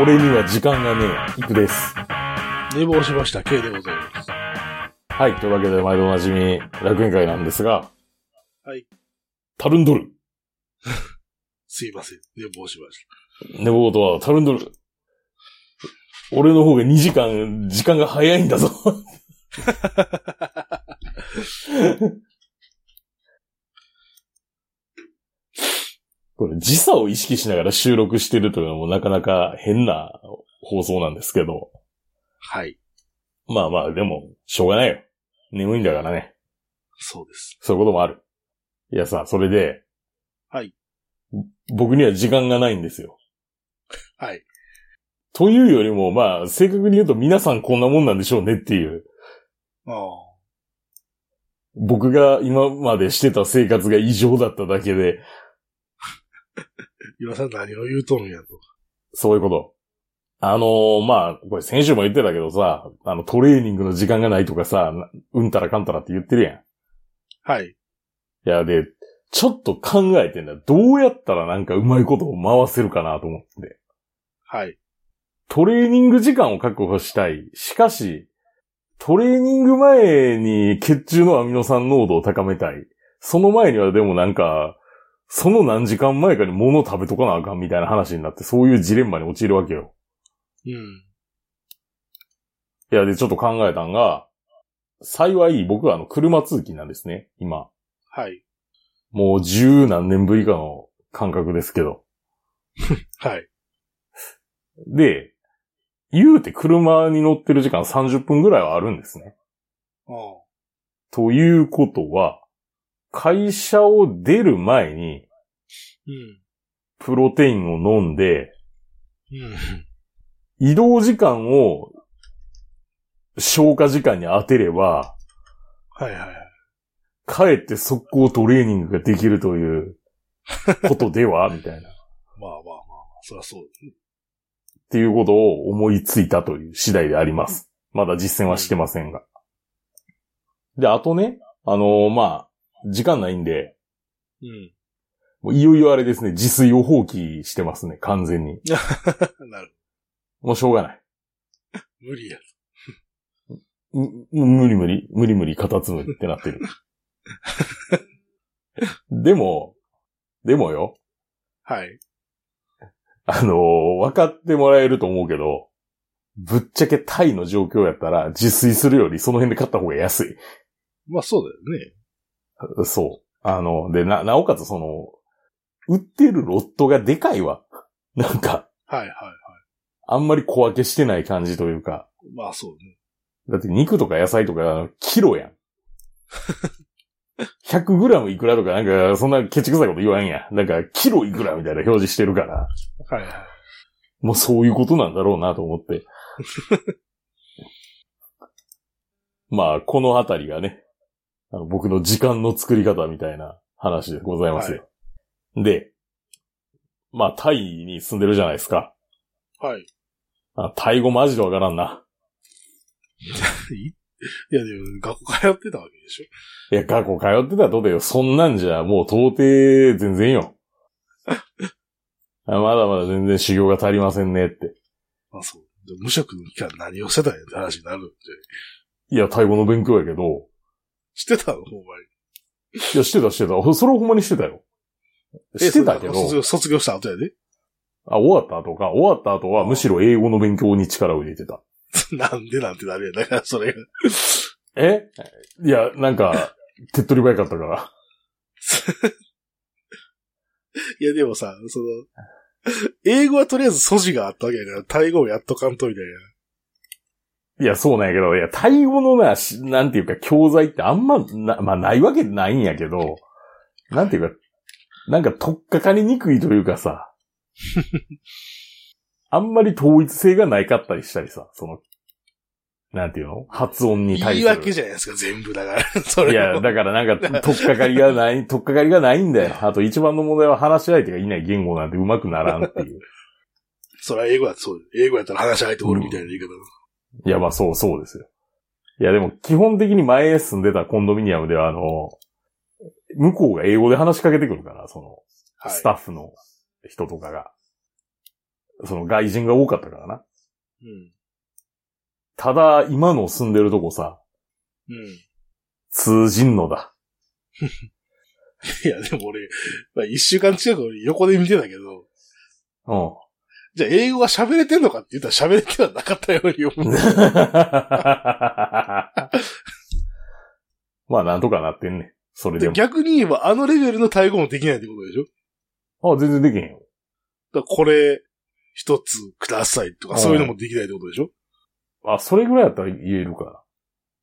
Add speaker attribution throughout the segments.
Speaker 1: 俺には時間がねえ。いくです。
Speaker 2: 寝坊しました、K でございます。
Speaker 1: はい。というわけで、毎度おなじみ、楽園会なんですが。
Speaker 2: はい。
Speaker 1: タルンドル。
Speaker 2: すいません、寝坊しまし
Speaker 1: 寝坊とはタルンドル。俺の方が2時間、時間が早いんだぞ。 これ、時差を意識しながら収録してるというのもなかなか変な放送なんですけど。
Speaker 2: た。はい。
Speaker 1: まあまあ、でも、しょうがないよ。眠いんだからね。
Speaker 2: そうです。
Speaker 1: そういうこともある。いやさ、それで。
Speaker 2: はい。
Speaker 1: 僕には時間がないんですよ。
Speaker 2: はい。
Speaker 1: というよりも、まあ、正確に言うと皆さんこんなもんなんでしょうねっていう。
Speaker 2: ああ。
Speaker 1: 僕が今までしてた生活が異常だっただけで、
Speaker 2: 今さん何を言うとるんやと。
Speaker 1: そういうこと。あのーまあ、これ先週も言ってたけどさ、あの、トレーニングの時間がないとかさ、なうんたらかんたらって言ってるやん。
Speaker 2: はい。
Speaker 1: いや、で、ちょっと考えてんだ。どうやったらなんかうまいことを回せるかなと思って。
Speaker 2: はい。
Speaker 1: トレーニング時間を確保したい。しかし、トレーニング前に血中のアミノ酸濃度を高めたい。その前にはでもなんか、その何時間前かに物を食べとかなあかんみたいな話になって、そういうジレンマに陥るわけよ。
Speaker 2: うん。
Speaker 1: いや、で、ちょっと考えたんが、幸い僕はあの、車通勤なんですね、今。
Speaker 2: はい。
Speaker 1: もう十何年ぶりかの感覚ですけど。
Speaker 2: はい。
Speaker 1: で、言うて車に乗ってる時間30分ぐらいはあるんですね。
Speaker 2: ああ。
Speaker 1: ということは、会社を出る前に
Speaker 2: うん。
Speaker 1: プロテインを飲んで、
Speaker 2: うん。
Speaker 1: 移動時間を消化時間に当てれば、
Speaker 2: はいはい。
Speaker 1: かえって速攻トレーニングができるということではみたいな。っ
Speaker 2: まあまあまあまあ、そりゃそうですね。
Speaker 1: ていうことを思いついたという次第であります。まだ実践はしてませんが。で、あとね、あのーまあ、時間ないんで、もういよいよあれですね、自炊を放棄してますね、完全に。
Speaker 2: うん。なる。
Speaker 1: もうしょうがない。
Speaker 2: 無理や。
Speaker 1: む無理無理、無理無理、カタツムリってなってる。 でも、でもよ、
Speaker 2: はい。
Speaker 1: あのー分かってもらえると思うけど、ぶっちゃけタイの状況やったら自炊するよりその辺で買った方が安い。
Speaker 2: まあそうだよね。
Speaker 1: そう。あの、で、な、なおかつその、売ってるロットがでかいわ。なんか、
Speaker 2: はいは
Speaker 1: あんまり小分けしてない感じというか。
Speaker 2: い。まあそうね。
Speaker 1: だって肉とか野菜とか、キロやん。100グラムいくらとか、なんか、そんなケチくさいこと言わんや。なんか、キロいくらみたいな表示してるから、
Speaker 2: はいはい。
Speaker 1: もうそういうことなんだろうなと思って。まあ、このあたりがね、あの僕の時間の作り方みたいな話でございますよ。で、まあ、タイに住んでるじゃないですか。
Speaker 2: はい。
Speaker 1: あタイ語マジでわからんな。
Speaker 2: いやでも、学校通ってたわけでしょ。
Speaker 1: いや、学校通ってたらどうだよ。そんなんじゃ、もう到底、全然よ。 あまだまだ全然修行が足りませんねって。
Speaker 2: まあそう。で無職の期間何をしてたんやって話になるんで。
Speaker 1: いや、タイ語の勉強やけど。
Speaker 2: してたのほんまに。
Speaker 1: いや、してたしてた。ほそれをほんまにしてたよ。してたけど
Speaker 2: え、卒業卒業した後やで。
Speaker 1: あ、終わった後か。終わった後は、むしろ英語の勉強に力を入れてた。
Speaker 2: なんでなんてなるやん。だからそれが。
Speaker 1: えいや、なんか、手っ取り早かったから。
Speaker 2: いやでもさ、その、英語はとりあえず素地があったわけやから、タイ語をやっとかんとみたい
Speaker 1: いや、そうなんやけど、いや、タイ語のな、しなんていうか、教材ってあんま、な、まあ、ないわけないんやけど、なんていうか、なんか、とっかかりにくいというかさ、 あんまり統一性がないかったりしたりさ、その、なんていうの発音に
Speaker 2: な。
Speaker 1: 対
Speaker 2: 言
Speaker 1: す
Speaker 2: い
Speaker 1: る。
Speaker 2: 訳じゃないですか、全部だから。 そ
Speaker 1: い
Speaker 2: れ
Speaker 1: や、
Speaker 2: も。
Speaker 1: だからなんか、とっかかりがない、とっかかりがないんだよ。あと一番の問題は話し相手がいない言語なんてうまくならんっていう。
Speaker 2: それは英語だとそうよ。英語やったら話し合えておるみたいな言い方。
Speaker 1: いや、まあそうそうですよ。いや、でも基本的に前住んでたコンドミニアムでは、あの、向こうが英語で話しかけてくるから、その、
Speaker 2: はい
Speaker 1: スタッフの人とかが。その外人が多かったからな。
Speaker 2: うん。
Speaker 1: ただ、今の住んでるとこさ、
Speaker 2: うん。
Speaker 1: 通じんのだ。
Speaker 2: いや、でも俺、まあ、一週間近く俺横で見てたけど、
Speaker 1: うん。
Speaker 2: じゃあ英語が喋れてんのかって言ったら喋れてはなかったように思う。
Speaker 1: まあ、なんとかなってんねん。それで
Speaker 2: で
Speaker 1: も。
Speaker 2: 逆に言えばあのレベルのタイ語もできないってことでしょ
Speaker 1: あ、全然できへんよ。
Speaker 2: だからこれ、一つくださいと
Speaker 1: う
Speaker 2: か
Speaker 1: ん
Speaker 2: そういうのもできないってことでしょ
Speaker 1: あ、それぐらいやったら言えるから。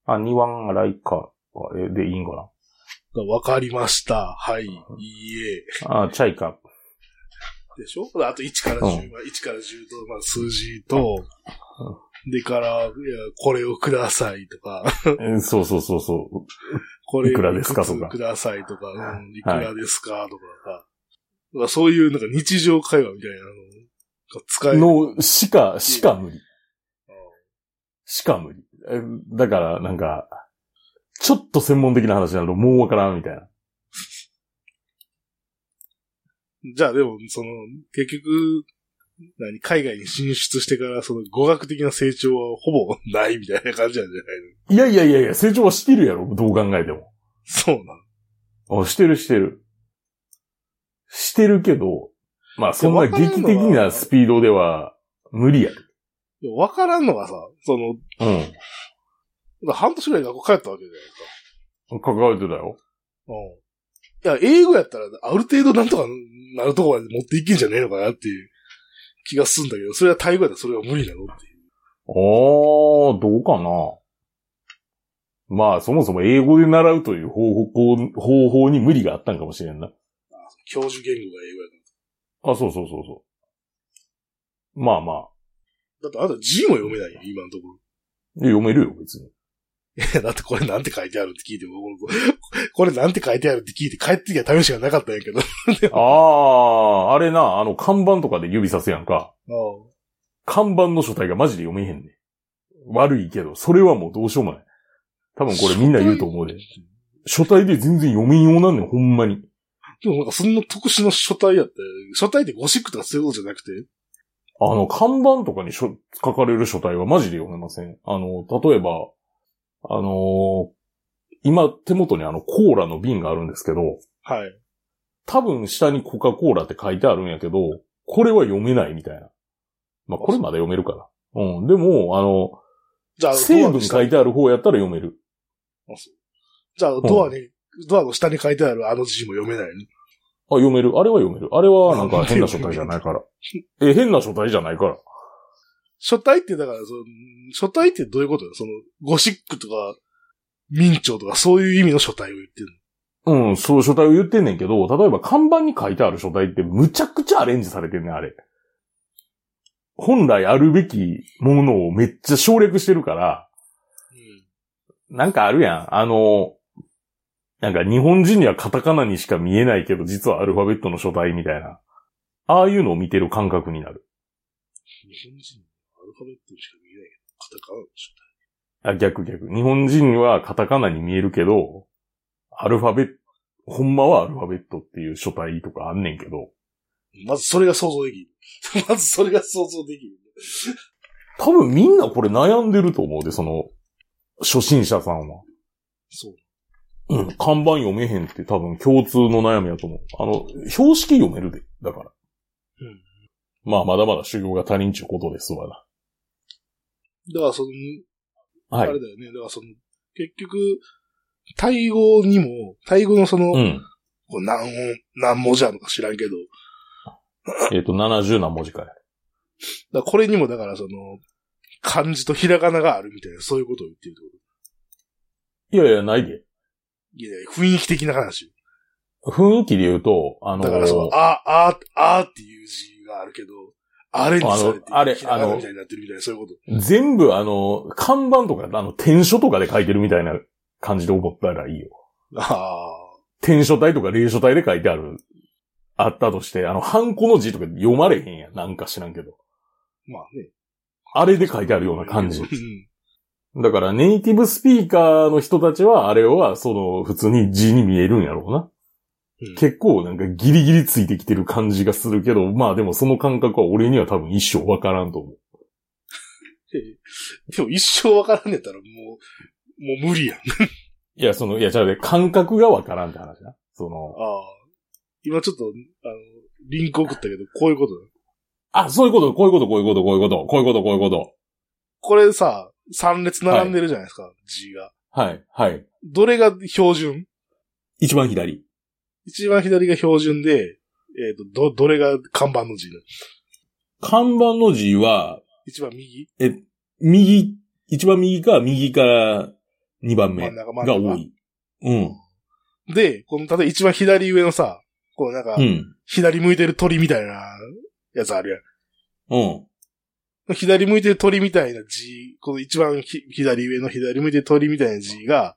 Speaker 1: あ、ニワンライカーでいいんか
Speaker 2: だからわかりました。はい、いいえ。
Speaker 1: な。あ、チャイカ。
Speaker 2: でしょだからあと1から
Speaker 1: うん
Speaker 2: 10、まあ1から10と、まあ数字と、でから、いや、これをくださいとか、
Speaker 1: うんそうそうそうそう。
Speaker 2: こ れ
Speaker 1: いくらですか
Speaker 2: いくつ
Speaker 1: とか
Speaker 2: くださいとか、
Speaker 1: は
Speaker 2: うん、いくらですかとかさ、まあそういうなんか日常会話みたいなのが使える。
Speaker 1: の、しか、しか無理。しか無理。えだから、なんか、ちょっと専門的な話になるともうわからんみたいな。
Speaker 2: じゃあでも、その、結局、何、海外に進出してから、その語学的な成長はほぼないみたいな感じなんじゃないの
Speaker 1: いやいやいやいや、成長はしてるやろ、どう考えても。
Speaker 2: そうなの。
Speaker 1: あ、してるしてる。してるけど、まあそんな劇的なスピードでは無理や。
Speaker 2: いやわからんのがさ、その、
Speaker 1: う
Speaker 2: 半年くらい学校帰ったわけじゃないか。
Speaker 1: ん。関われてたよ。
Speaker 2: うん。いや、英語やったら、ある程度なんとかなるとこまで持っていけんじゃねえのかなっていう気がするんだけど、それはタイ語やったらそれは無理だろうっていう。
Speaker 1: あー、どうかな。まあそもそも英語で習うという方法方法に無理があったんかもしれんな。
Speaker 2: 教授言語が英語やか
Speaker 1: あ、そうそうそうそう。まあまあ。
Speaker 2: ら。だってあなた字も読めないよ、今のところ。
Speaker 1: いや読めるよ、別に。
Speaker 2: いやだってこれなんて書いてあるって聞いても、これこれなんて書いてあるって聞いて 帰ってきた試しがなかったんやけど。あ
Speaker 1: ああ、あれな、あの、看板とかで指さすやんか。
Speaker 2: あ
Speaker 1: 看板の書体がマジで読めへんねん。悪いけど、それはもうどうしようもない。多分これみんな言うと思うで。書体で全然読めんようなんねん、ほんまに。
Speaker 2: でもなんかそんな特殊な書体やったよ。書体ってゴシックとかそういうことじゃなくて。
Speaker 1: あの、看板とかに書書かれる書体はマジで読めません。あの、例えば、あのー今手元にあのコーラの瓶があるんですけど、
Speaker 2: はい。
Speaker 1: 多分下にコカ・コーラって書いてあるんやけど、これは読めないみたいな。まあ、これまだ読めるから。うん。でも、あの、
Speaker 2: じゃあ、
Speaker 1: 成
Speaker 2: ドアの
Speaker 1: 分
Speaker 2: 下
Speaker 1: 書いてある方やったら読める。
Speaker 2: じゃあ、ドアに、ドアの下に書いてあるあの字も読めないの
Speaker 1: あ、読める。あれは読める。あれはなんか変な書体じゃないから。え、変な書体じゃないから。
Speaker 2: 書体ってだから、その、書体ってどういうことよその、ゴシックとか、明朝とかそういう意味の書体を言ってる
Speaker 1: うん、そう書体を言ってんねんけど、例えば看板に書いてある書体ってむちゃくちゃアレンジされてんねん、あれ。本来あるべきものをめっちゃ省略してるから、なんかあるやん。あの、なんか日本人にはカタカナにしか見えないけど、実はアルファベットの書体みたいな。ああいうのを見てる感覚になる。
Speaker 2: の。日本人、アルファベットにしか見えないけど、カタカナの書体。
Speaker 1: あ、逆逆。日本人はカタカナに見えるけど、アルファベット、ほんまはアルファベットっていう書体とかあんねんけど、
Speaker 2: まずそれが想像できる。 まずそれが想像できる。
Speaker 1: 多分みんなこれ悩んでると思うで、その、初心者さんは。
Speaker 2: そう。
Speaker 1: うん。看板読めへんって多分共通の悩みやと思う。あの、標識読めるで、だから。
Speaker 2: うん。
Speaker 1: まあ、まだまだ修行が足りんちゅうことですわな。
Speaker 2: だからその、
Speaker 1: は
Speaker 2: あ
Speaker 1: い
Speaker 2: れ。だよね。だからその、結局、タイ語にも、タイ語のその、
Speaker 1: うん。
Speaker 2: こう何音、何文字あるのか知らんけど、
Speaker 1: えっ、と、70何文字かい。
Speaker 2: だからこれにもだからその、漢字とひらがながあるみたいな、そういうことを言ってるってこと。
Speaker 1: いやいや、ないで。
Speaker 2: いやいや、雰囲気的な話。
Speaker 1: 雰囲気で言うと、あのー
Speaker 2: だからその、あ、あ、あっていう字があるけど、アレンジされて、
Speaker 1: あのあれ
Speaker 2: ひらが
Speaker 1: あ
Speaker 2: な
Speaker 1: の
Speaker 2: みたいになってるみたいな、そういうこと。
Speaker 1: 全部あの、看板とか、あの、転書とかで書いてるみたいな感じで思ったらいいよ。
Speaker 2: あ
Speaker 1: 転書体とか霊書体で書いてある、あったとして、あの、ハンコの字とか読まれへんやん。なんか知らんけど。
Speaker 2: あ、まあね。
Speaker 1: あれで書いてあるような感 じ
Speaker 2: う。ん
Speaker 1: だから、ネイティブスピーカーの人たちは、あれは、その、普通に字に見えるんやろうな。
Speaker 2: うん
Speaker 1: 結構なんかギリギリついてきてる感じがするけど、まあでもその感覚は俺には多分一生わからんと思う。
Speaker 2: でも一生わからんねやったらもう、もう無理やん。あ
Speaker 1: いや、その、いや、じゃあね、感覚がわからんって話な。その、
Speaker 2: あ。今ちょっと、あの、リンク送ったけど、こういうことだ。
Speaker 1: あ、そういうこと、こういうこと、こういうこと、こういうこと、こういうこと、こういうこと。
Speaker 2: これさ、3列並んでるじゃないですか、字が。
Speaker 1: はい、はい。
Speaker 2: どれが標準
Speaker 1: 一番左。
Speaker 2: 一番左が標準で、えっ、と、ど、どれが看板の字なの
Speaker 1: 看板の字は、
Speaker 2: 一番右
Speaker 1: 右、一番右か、右から二番目
Speaker 2: 真ん
Speaker 1: が
Speaker 2: 中真ん中
Speaker 1: 多い。うん。
Speaker 2: で、この、例えば一番左上のさ、こうなんか
Speaker 1: う、ん。
Speaker 2: 左向いてる鳥みたいなやつある
Speaker 1: うん。
Speaker 2: やん。左向いてる鳥みたいな字、この一番ひ左上の左向いてる鳥みたいな字が、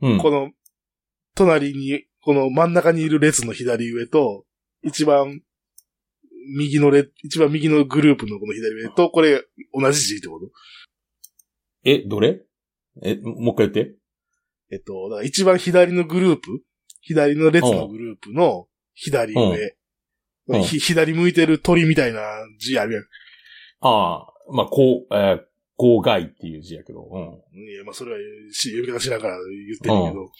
Speaker 1: うん。
Speaker 2: この、隣に、この真ん中にいる列の左上と、一番、右の列、一番右のグループのこの左上と、これ、同じ字ってこと
Speaker 1: え、どれえ、もう一回言って。
Speaker 2: えっと、だから一番左のグループ、左の列のグループの左上。
Speaker 1: うんうん
Speaker 2: ひ左向いてる鳥みたいな字あるやん。
Speaker 1: ああ、まあ、こう、えー、公害っていう字やけど、うん。
Speaker 2: いや、まあ、それはし読み方しながら言ってるけど、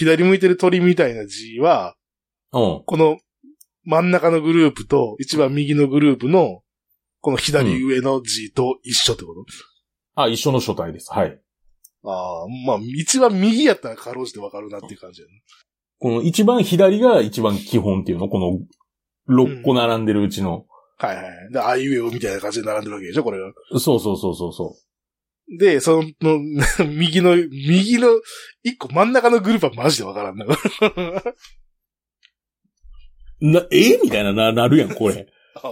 Speaker 2: 左向いてる鳥みたいな字は、
Speaker 1: うん。
Speaker 2: この真ん中のグループと一番右のグループの、この左上の字と一緒ってこと、
Speaker 1: あ、一緒の書体です。はい。
Speaker 2: ああ、まあ、一番右やったらかろうじてわかるなっていう感じやね。
Speaker 1: この一番左が一番基本っていうの、この6個並んでるうちの。
Speaker 2: はいはい。で、あいうえおみたいな感じで並んでるわけでしょ、これが。
Speaker 1: そうそうそうそうそ
Speaker 2: で、その、 右の、右の、一個真ん中のグループはマジでわからんな。
Speaker 1: う。な、えみたいな、な、なるやん、 これ。
Speaker 2: あ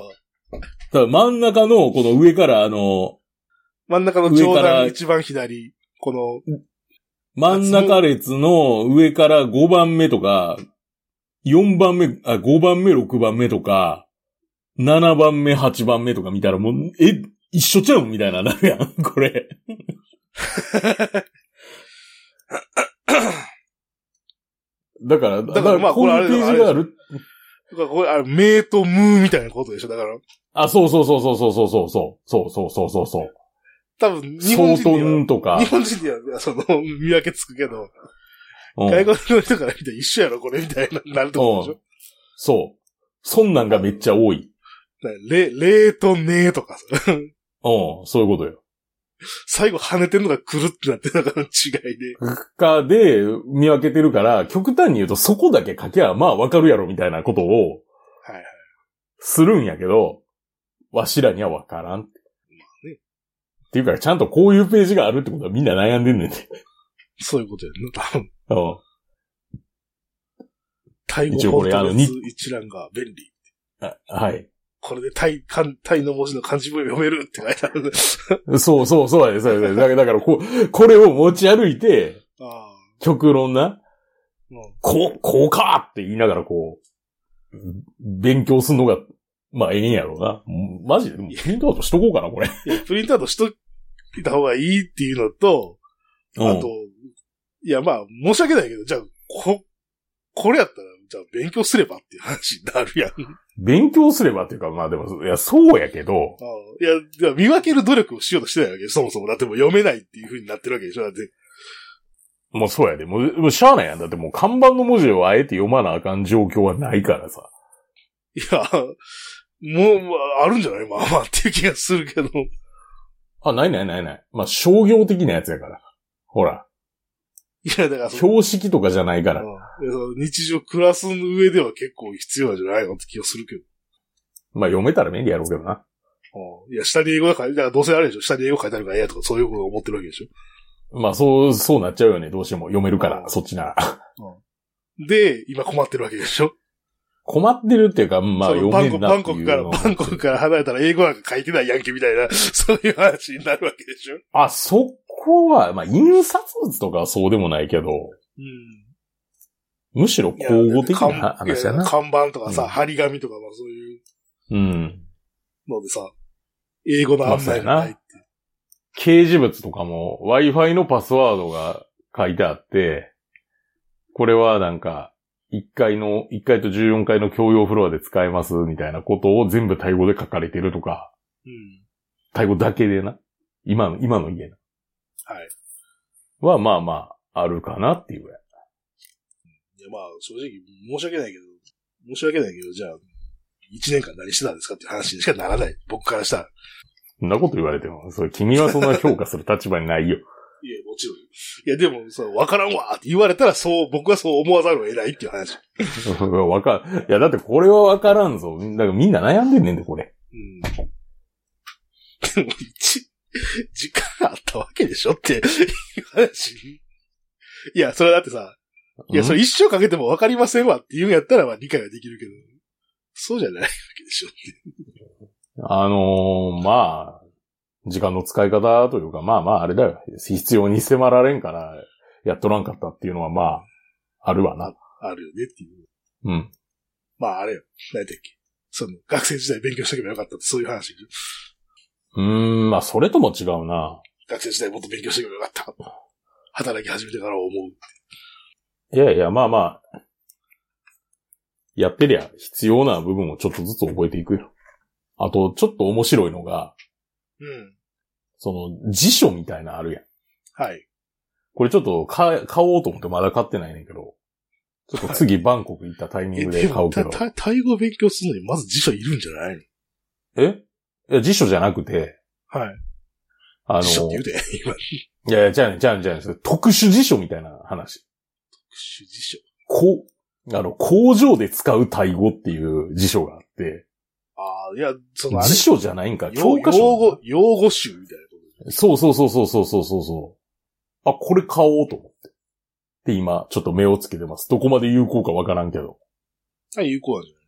Speaker 2: あ
Speaker 1: ただ真ん中の、この上から、あの、
Speaker 2: 真ん中の上段一番左、この、
Speaker 1: 真ん中列の上から5番目とか、4番目、あ、5番目、6番目とか、7番目、8番目とか見たらもう、え、一緒ちゃうんみたいななるやん、これ。だから、だ
Speaker 2: だからまあこれあれだ
Speaker 1: こういうページがある。
Speaker 2: だからこれ、あれ、名とムーみたいなことでしょだから、
Speaker 1: あ、そうそうそうそうそうそうそうそう。そうそうそうそうそう。
Speaker 2: 多分、日本
Speaker 1: 相当
Speaker 2: 人
Speaker 1: んと
Speaker 2: では、
Speaker 1: か
Speaker 2: 日。本人では、その、見分けつくけど、
Speaker 1: うん
Speaker 2: 外国の人から見たら一緒やろ、これ、みたいな、なると思うでしょ
Speaker 1: そう。そんなんがめっちゃ多い。
Speaker 2: だかられ、れとねーとか さ、
Speaker 1: うん、そういうことよ。
Speaker 2: 最後跳ねてんのがくるってなって、だから違いで。
Speaker 1: かで見分けてるから、極端に言うとそこだけ書けばまあわかるやろみたいなことを
Speaker 2: はいはい。
Speaker 1: するんやけど、わしらにはわからんって。
Speaker 2: あね
Speaker 1: っていうか、ちゃんとこういうページがあるってことはみんな悩んでんねんて。
Speaker 2: そういうことやんな、多分。
Speaker 1: うん。
Speaker 2: タイ語
Speaker 1: 一応
Speaker 2: ポ
Speaker 1: こ
Speaker 2: ー
Speaker 1: れあの
Speaker 2: トレ
Speaker 1: に
Speaker 2: ス一覧が便利。
Speaker 1: あはい。
Speaker 2: これでタイ、漢タイの文字の漢字も読めるって書いてあるね。
Speaker 1: そうそうそうやで、そうやで。だから、だからこう、これを持ち歩いて、
Speaker 2: ああ。
Speaker 1: 極論な、
Speaker 2: うん。
Speaker 1: こう、こうかって言いながらこう、勉強すんのが、まあええんやろうな。マジで、でもプリントアウトしとこうかな、これ。
Speaker 2: いや、プリントアウトしといた方がいいっていうのと、あと、いや、まあ、申し訳ないけど、じゃあ、こ、これやったら、じゃあ勉強すればっていう話になる やん。ああ
Speaker 1: 勉強すればっていうか、まあでも、いや、そうやけど、
Speaker 2: いや、じゃあ見分ける努力をしようとしてないわけよそもそも。だってもう読めないっていう風になってるわけでしょだって。
Speaker 1: もうそうやで、もう、もうしゃあないやん。だってもう看板の文字をあえて読まなあかん状況はないからさ。
Speaker 2: いや、もう、あるんじゃないまあまあっていう気がするけど。
Speaker 1: あ、ないないないない。まあ商業的なやつやから。ほら、
Speaker 2: いや、だからそ
Speaker 1: 標
Speaker 2: の
Speaker 1: 識とかじゃないから。
Speaker 2: うんでその日常暮らす上では結構必要なんじゃないのって気がするけど。
Speaker 1: まあ読めたら便利やろうけどな。
Speaker 2: うんいや、下に英語が書いて、だからどうせあれでしょ下に英語書いてあるからええやとか、そういうことを思ってるわけでしょ
Speaker 1: まあそう、そうなっちゃうよね。どうしても読めるか
Speaker 2: う
Speaker 1: ら、
Speaker 2: ん
Speaker 1: そっちなら。
Speaker 2: で、今困ってるわけでしょ
Speaker 1: 困ってるっていうか、まあ
Speaker 2: そ
Speaker 1: 読
Speaker 2: のバン
Speaker 1: め
Speaker 2: コ
Speaker 1: ん
Speaker 2: ク、バ
Speaker 1: なっ
Speaker 2: ン
Speaker 1: て
Speaker 2: コ
Speaker 1: い
Speaker 2: ク
Speaker 1: う
Speaker 2: から、
Speaker 1: の
Speaker 2: バンコクから離れたら英語なんか書いてないヤンキーみたいな、 そういう話になるわけでしょ
Speaker 1: あ、そこは、まあ印刷物とかはそうでもないけど、
Speaker 2: うん。
Speaker 1: むしろ
Speaker 2: いや
Speaker 1: 口語的
Speaker 2: 看
Speaker 1: な話や
Speaker 2: いや
Speaker 1: な。
Speaker 2: 看板とかさ、
Speaker 1: うん
Speaker 2: 張り紙とか、まあそういう
Speaker 1: うん。
Speaker 2: のでさ、英語の案内がないって。
Speaker 1: 掲示物とかも Wi-Fi のパスワードが書いてあって、これはなんか、 1階の、1階と14階の共用フロアで使えます、みたいなことを全部タイ語で書かれてるとか、
Speaker 2: うん。
Speaker 1: タイ語だけでな。今の、今の家な。
Speaker 2: はい。
Speaker 1: は、まあまあ、あるかなっていうぐらい。
Speaker 2: いや、まあ、正直、申し訳ないけど、申し訳ないけど、じゃあ、一年間何してたんですかっていう話にしかならない。僕からしたら。
Speaker 1: そんなこと言われても、それ君はそんな評価する立場にないよ。
Speaker 2: いや、もちろん。いや、でも、そう、わからんわって言われたら、そう、僕はそう思わざるを得ないっていう話。
Speaker 1: わかいや、だってこれはわからんぞ。だからみんな悩んでんねんで、これ。
Speaker 2: うん。でも、一、時間あったわけでしょっていう話。いや、それだってさ、いや、それ一生かけてもわかりませんわって言うんやったら、まあ理解はできるけど、そうじゃないわけでしょって。
Speaker 1: あのーまあ、時間の使い方というか、まあまあ、あれだよ。必要に迫られんから、やっとらんかったっていうのは、まあ、あるわな。
Speaker 2: あるよねっていう。
Speaker 1: うん。
Speaker 2: まあ、あれよ。何だっけ。その、学生時代勉強しとけばよかったって、そういう話でし
Speaker 1: う
Speaker 2: ょ。
Speaker 1: ーん、まあ、それとも違うな。
Speaker 2: 学生時代もっと勉強しとけばよかった。働き始めてから思う。
Speaker 1: いやいや、まあまあ、やってりゃ必要な部分をちょっとずつ覚えていくよ。あと、ちょっと面白いのが、
Speaker 2: うん。
Speaker 1: その、辞書みたいなのあるやん。
Speaker 2: はい。
Speaker 1: これちょっとか買おうと思ってまだ買ってないねんけど、ちょっと次バンコク行ったタイミ
Speaker 2: え、
Speaker 1: ング
Speaker 2: で
Speaker 1: で買
Speaker 2: も、
Speaker 1: うけ
Speaker 2: た
Speaker 1: ど。
Speaker 2: たタイ語勉強するのに、まず辞書いるんじゃないの
Speaker 1: えいや、辞書じゃなくて、
Speaker 2: はい。
Speaker 1: あの、
Speaker 2: 辞書って言 うて、今、
Speaker 1: いやいや、じゃあね、じゃあね、じゃあね、それ特殊辞書みたいな話。
Speaker 2: 辞書。
Speaker 1: こう、あの、工場で使うタイ語っていう辞書があって、
Speaker 2: ああ、いや、そのあれ
Speaker 1: 辞、書じゃないんか、
Speaker 2: 用
Speaker 1: 教科書。
Speaker 2: 用語、用語集みたいなこと。
Speaker 1: そうそうそうそうそうそうそう。あ、これ買おうと思って。で、今、ちょっと目をつけてます。どこまで有効かわからんけど。
Speaker 2: あ、有効なんじゃな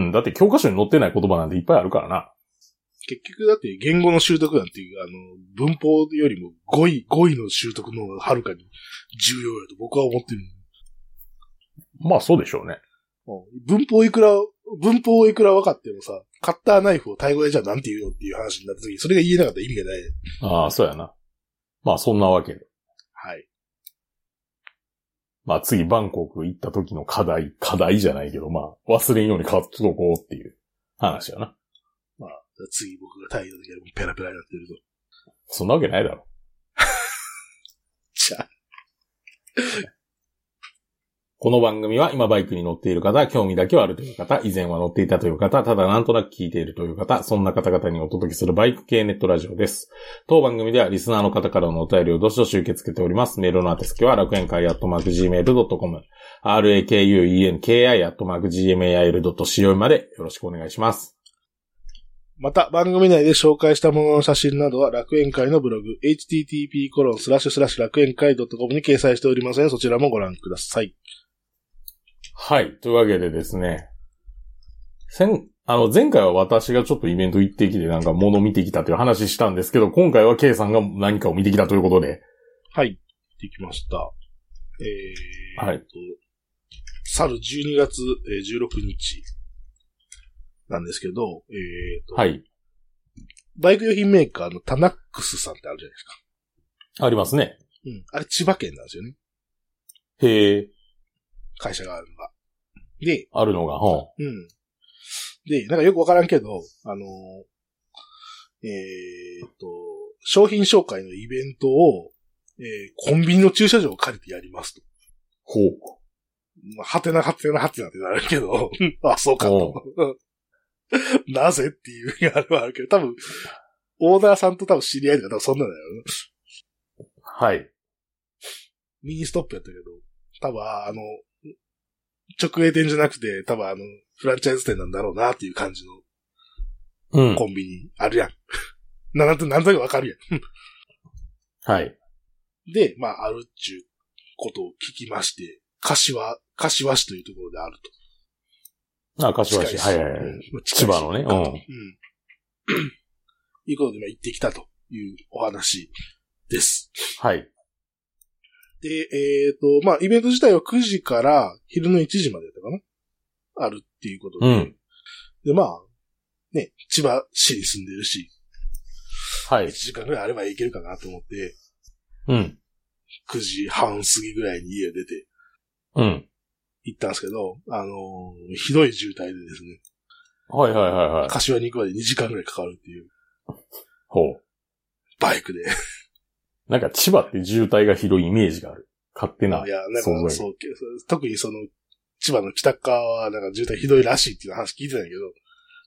Speaker 2: い
Speaker 1: うん、だって教科書に載ってない言葉なんていっぱいあるからな。
Speaker 2: 結局だって言語の習得なんていう、あの、文法よりも語彙、語彙の習得の方がはるかに重要やと僕は思ってる。
Speaker 1: まあ、そうでしょうね。
Speaker 2: うん文法いくら、文法をいくら分かってもさ、カッターナイフをタイ語でじゃあなんて言うのっていう話になった時に、それが言えなかったら意味がない。
Speaker 1: ああ、そうやな。まあ、そんなわけで。
Speaker 2: はい。
Speaker 1: まあ、次、バンコク行った時の課題、課題じゃないけど、まあ、忘れんように買っとこうっていう話やな。
Speaker 2: 次僕がタイ語でペラペラになってると。
Speaker 1: そんなわけないだろ。
Speaker 2: じゃあ、
Speaker 1: この番組は今バイクに乗っている方、興味だけはあるという方、以前は乗っていたという方、ただなんとなく聞いているという方、そんな方々にお届けするバイク系ネットラジオです。当番組ではリスナーの方からのお便りをどしどし受け付けております。メールの宛先は楽園会アットマーク Gmail.com、rakuenki アットマーク Gmail.co までよろしくお願いします。
Speaker 2: また番組内で紹介したものの写真などは楽園会のブログ、http コロンスラッシュスラッシュ楽園会 .com に掲載しておりますので、そちらもご覧ください。
Speaker 1: はい。というわけでですね。先、あの、前回は私がちょっとイベント行ってきてなんか物見てきたという話したんですけど、今回は K さんが何かを見てきたということで。
Speaker 2: はい。できました。えー、
Speaker 1: はい
Speaker 2: えっと。去る12月えー16日なんですけど、えーと、
Speaker 1: はい。
Speaker 2: バイク用品メーカーのタナックスさんってあるじゃないですか。
Speaker 1: ありますね。
Speaker 2: うん。あれ千葉県なんですよね。
Speaker 1: へえ、
Speaker 2: 会社があるのが。で、
Speaker 1: あるのが、ほ
Speaker 2: うん。で、なんかよくわからんけど、あのーえーと、商品紹介のイベントを、えーコンビニの駐車場を借りてやりますと。
Speaker 1: ほう。
Speaker 2: まあはてなはてなはてなってなるけど、あ、そうかと。なぜっていうあれはあるけど、多分、オーナーさんと多分知り合いとか多分そんなんだよね。
Speaker 1: はい。
Speaker 2: ミニストップやったけど、多分、あの、直営店じゃなくて、多分あの、フランチャイズ店なんだろうなっていう感じの
Speaker 1: うん。
Speaker 2: コンビニあるやん。なん と、なんとなくわかるや
Speaker 1: はい。
Speaker 2: ん。で、まあ、あるっちゅうことを聞きまして、柏、柏市というところであると。
Speaker 1: あ、柏市。
Speaker 2: 近
Speaker 1: はい
Speaker 2: し
Speaker 1: はいは
Speaker 2: う
Speaker 1: い。
Speaker 2: んまあ近いし
Speaker 1: 千葉のね。う
Speaker 2: うん。いうことで、まあ、行ってきたというお話です。
Speaker 1: ん。はい。
Speaker 2: で、えっ、と、まあ、イベント自体は9時から昼の1時までだったかなあるっていうことで。
Speaker 1: うん
Speaker 2: で、まあ、ね、千葉市に住んでるし、
Speaker 1: は
Speaker 2: 1
Speaker 1: い。
Speaker 2: 時間ぐらいあれば行けるかなと思って、
Speaker 1: うん。
Speaker 2: 9時半過ぎぐらいに家を出て
Speaker 1: うん。
Speaker 2: 行行ったんですけど、あのーひどい渋滞でですね、
Speaker 1: はいはいはいはい。
Speaker 2: 柏に行くまで2時間ぐらいかかるっていう、
Speaker 1: ほ
Speaker 2: バイクで。
Speaker 1: う。なんか千葉って渋滞が広いイメージがある。勝手な。
Speaker 2: いや、
Speaker 1: そ
Speaker 2: なん
Speaker 1: う
Speaker 2: かそう、け特にその、千葉の北側はなんか渋滞ひどいらしいっていう話聞いてたんやけど、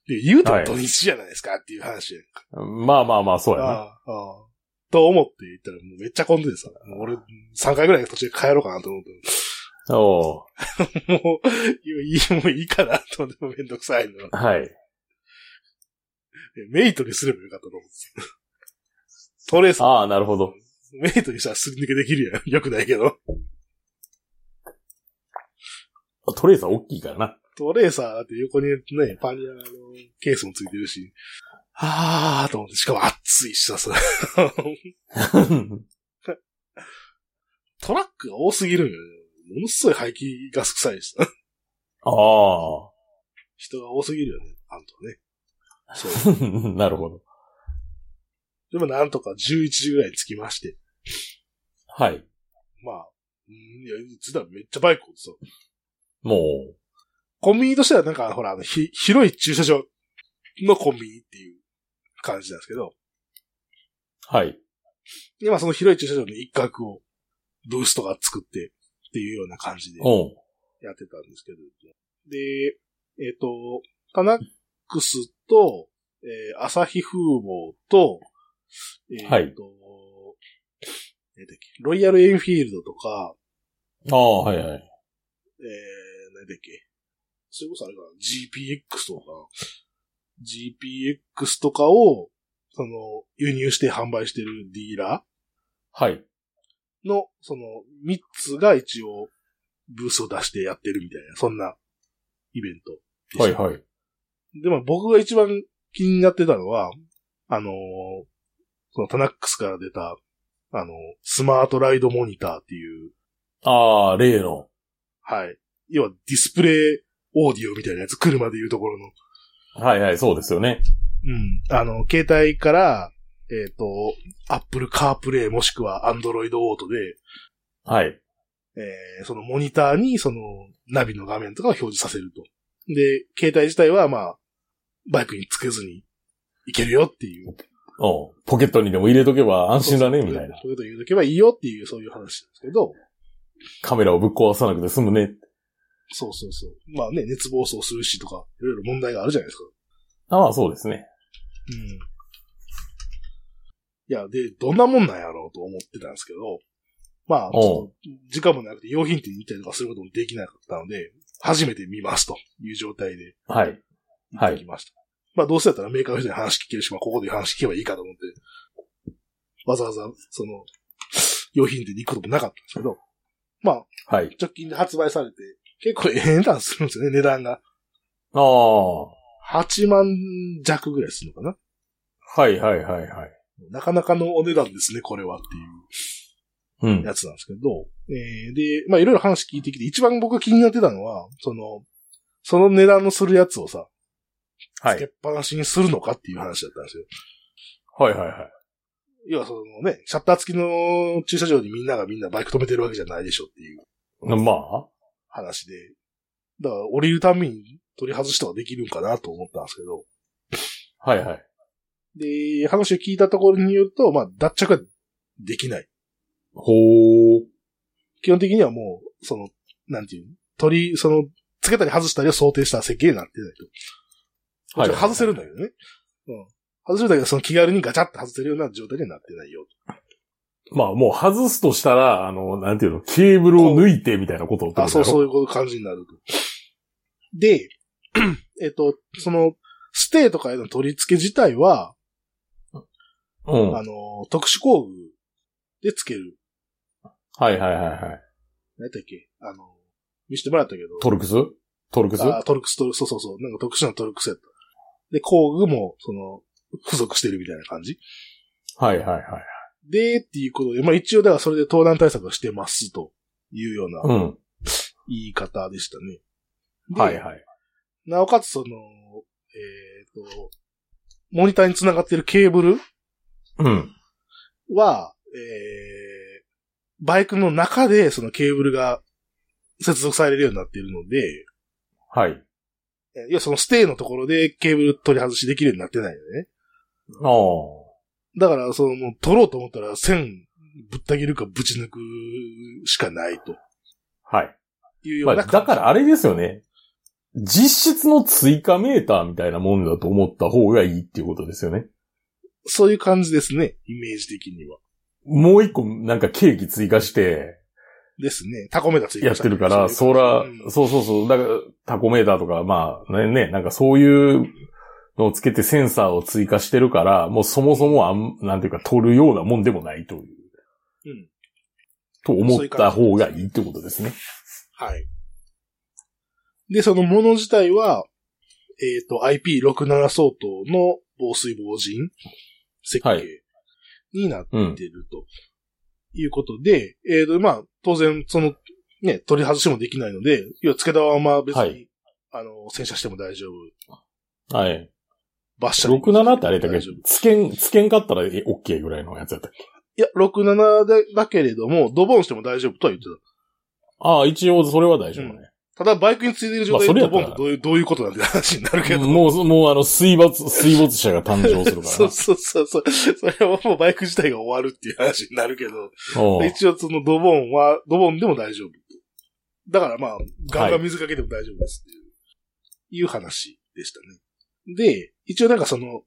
Speaker 2: で言うと
Speaker 1: はい
Speaker 2: 土日じゃないですかっていう話やんか。
Speaker 1: まあまあまあ、そうやな。
Speaker 2: ああ、ああ。と思って言ったらもうめっちゃ混んでてさ、もう俺3回ぐらい途中で帰ろうかなと思って。
Speaker 1: お
Speaker 2: もう、いい、もういいかなと思ってもめんどくさいの。
Speaker 1: うはい。
Speaker 2: メイトにすればよかったと思ってた。トレース、
Speaker 1: ああ、なるほど。
Speaker 2: メイトにしたらすり抜けできるやん。よくないけど。
Speaker 1: トレーサー大きいからな。
Speaker 2: トレーサーだって横にね、パニアのケースもついてるし、あーと思って、しかも暑いしさ、 それトラックが多すぎるんよね。ものすごい排気ガス臭いしさ。
Speaker 1: あ あ。
Speaker 2: 人が多すぎるよね、あんとね。そう。
Speaker 1: なるほど。
Speaker 2: でもなんとか11時ぐらいに着きまして。
Speaker 1: はい。
Speaker 2: まあ、うんいや、いつだめっちゃバイクをさ。
Speaker 1: もう。
Speaker 2: コンビニとしてはなんか、ほら、あの、ひ、広い駐車場のコンビニっていう感じなんですけど、
Speaker 1: はい。
Speaker 2: 今その広い駐車場の一角をブーストが作ってっていうような感じで
Speaker 1: おう。
Speaker 2: やってたんですけど、で、えっ、と、タナックスと、えー、朝日風貌と、えっ、と、
Speaker 1: はい
Speaker 2: なんだっけロイヤルエンフィールドとか、
Speaker 1: ああ、はいはい。
Speaker 2: えー、なんだっけ。それこそあれかな、GPX とか、GPX とかを、その、輸入して販売してるディーラ
Speaker 1: はい。
Speaker 2: ーの、その、3つが一応、ブースを出してやってるみたいな、そんな、イベントでした。
Speaker 1: はいはい。
Speaker 2: で、まあ僕が一番気になってたのは、あのーそのタナックスから出た、あのースマートライドモニターっていう、
Speaker 1: ああ、例の。
Speaker 2: はい。要はディスプレイオーディオみたいなやつ、車でいうところの。
Speaker 1: はいはい、そうですよね。
Speaker 2: うん。あの、携帯から、えっ、と、Apple CarPlay もしくは Android Auto で、
Speaker 1: はい。
Speaker 2: えーそのモニターにそのナビの画面とかを表示させると。で、携帯自体はまあ、バイクにつけずにいけるよっていう。
Speaker 1: おうポケットにでも入れとけば安心だね、みたいな。
Speaker 2: そういうこと言うとけばいいよっていう、そういう話なんですけど、
Speaker 1: カメラをぶっ壊さなくて済むね。
Speaker 2: そうそうそう。まあね、熱暴走するしとか、いろいろ問題があるじゃないですか。
Speaker 1: ああ、そうですね。
Speaker 2: うん。いや、で、どんなもんなんやろうと思ってたんですけど、まあ、ち
Speaker 1: お
Speaker 2: ょっと、時間もなくて用品店に行ったりとかすることもできなかったので、初めて見ますという状態で
Speaker 1: はい。
Speaker 2: 行ってきました。まあ、どうせだったらメーカーの人に話聞けるし、まあ、ここで話聞けばいいかと思って、わざわざ、その、用品店に行くこともなかったんですけど、まあ、
Speaker 1: はい。
Speaker 2: 直近で発売されて、結構ええ値段するんですよね、値段が。
Speaker 1: ああ。は
Speaker 2: 8万弱ぐらいするのかない
Speaker 1: はいはいはい。
Speaker 2: なかなかのお値段ですね、これはっていう。
Speaker 1: う
Speaker 2: うん
Speaker 1: ん。
Speaker 2: やつなんですけど、えーで、まあいろいろ話聞いてきて、一番僕が気になってたのは、その、その値段のするやつをさ、
Speaker 1: は
Speaker 2: つ
Speaker 1: い
Speaker 2: け。っぱなしにするのかっていう話だったんですよ。
Speaker 1: はいはいはい。
Speaker 2: 要はそのね、シャッター付きの駐車場にみんながみんなバイク止めてるわけじゃないでしょっていう
Speaker 1: まあ。
Speaker 2: 話で、だから降りるたんびに取り外しとかできるんかなと思ったんですけど、
Speaker 1: はいはい。
Speaker 2: で、話を聞いたところによると、まあ脱着はできない。
Speaker 1: ほう。
Speaker 2: 基本的にはもう、その、なんていうの取り、その、つけたり外したりを想定した設計になってないと。もちろん外せるんだけどね。うん。外せるんだけど、その気軽にガチャって外せるような状態にはなってないよ。
Speaker 1: まあもう外すとしたら、あの、なんていうの、ケーブルを抜いてみたいなことを。
Speaker 2: あ、そうそうういう感じになると。で、 えっと、その、ステーとかへの取り付け自体は、
Speaker 1: うん。は
Speaker 2: あ
Speaker 1: い
Speaker 2: の、特殊工具で付ける。
Speaker 1: はいはいはい。
Speaker 2: 何だっけあの、見せてもらったけど。
Speaker 1: トルクストルクス
Speaker 2: あ、トルクス、トルクス、そうそうそう。なんか特殊なトルクスやった。で、工具も、その、 付属してるみたいな感じ。
Speaker 1: はいはいはい。
Speaker 2: で、っていうことで、まあ一応、だからそれで盗難対策をしてます、というよう
Speaker 1: う。
Speaker 2: なん言い方でしたね。で
Speaker 1: はいはい。
Speaker 2: なおかつ、その、えっ、と、モニターにつながってるケーブル
Speaker 1: うん。
Speaker 2: は、えー、バイクの中でそのケーブルが接続されるようになっているので、
Speaker 1: はい。
Speaker 2: え要はそのステイのところでケーブル取り外しできるようになってないよね。
Speaker 1: ああ。
Speaker 2: だから、その、取ろうと思ったら線ぶった切るかぶち抜くしかないと
Speaker 1: はい。
Speaker 2: いうよ
Speaker 1: ま
Speaker 2: う
Speaker 1: あ、
Speaker 2: な。
Speaker 1: だからあれですよね。実質の追加メーターみたいなもんだと思った方がいいっていうことですよね。
Speaker 2: そういう感じですね。イメージ的には。
Speaker 1: もう一個なんかケーキ追加して
Speaker 2: ですね。タコメがつい
Speaker 1: やってるから、そら、そうそうそう、だからタコメーターとか、まあね、ね、なんかそういうのをつけてセンサーを追加してるから、もうそもそもあん、なんていうか取るようなもんでもないという、
Speaker 2: うん。うん。
Speaker 1: と思った方がいいってことですね。
Speaker 2: はい。で、そのもの自体は、えっ、と、IP67 相当の防水防塵設
Speaker 1: はい
Speaker 2: 計になっ
Speaker 1: うん
Speaker 2: て。るということで、えっ、と、まあ、当然、その、ね、取り外しもできないので、要は付けたまま別に、
Speaker 1: はい
Speaker 2: あの、洗車しても大丈夫。
Speaker 1: はい。
Speaker 2: バッシャリ
Speaker 1: 67ってあれだっけ
Speaker 2: 大丈夫
Speaker 1: つけん、つけんかったらえ OK ぐらいのやつやったっけ
Speaker 2: いや、67だだけれども、ドボンしても大丈夫とは言って
Speaker 1: ああ、一応それは大丈夫ね。
Speaker 2: た。ただ、バイクについてる状
Speaker 1: まあ
Speaker 2: 態
Speaker 1: そ
Speaker 2: で
Speaker 1: れや
Speaker 2: ド
Speaker 1: ったら
Speaker 2: ボンってどういう、どういうことなんて話になるけど。
Speaker 1: もう、もうあの、水没、水没者が誕生するか
Speaker 2: そうそうそうそう。それはもうバイク自体が終わるっていう話になるけど、
Speaker 1: らな。おう
Speaker 2: 一応そのドボンは、ドボンでも大丈夫。だからまあ、ガンガン水かけても大丈夫ですっていう、いう話でしたね。で、一応なんかその、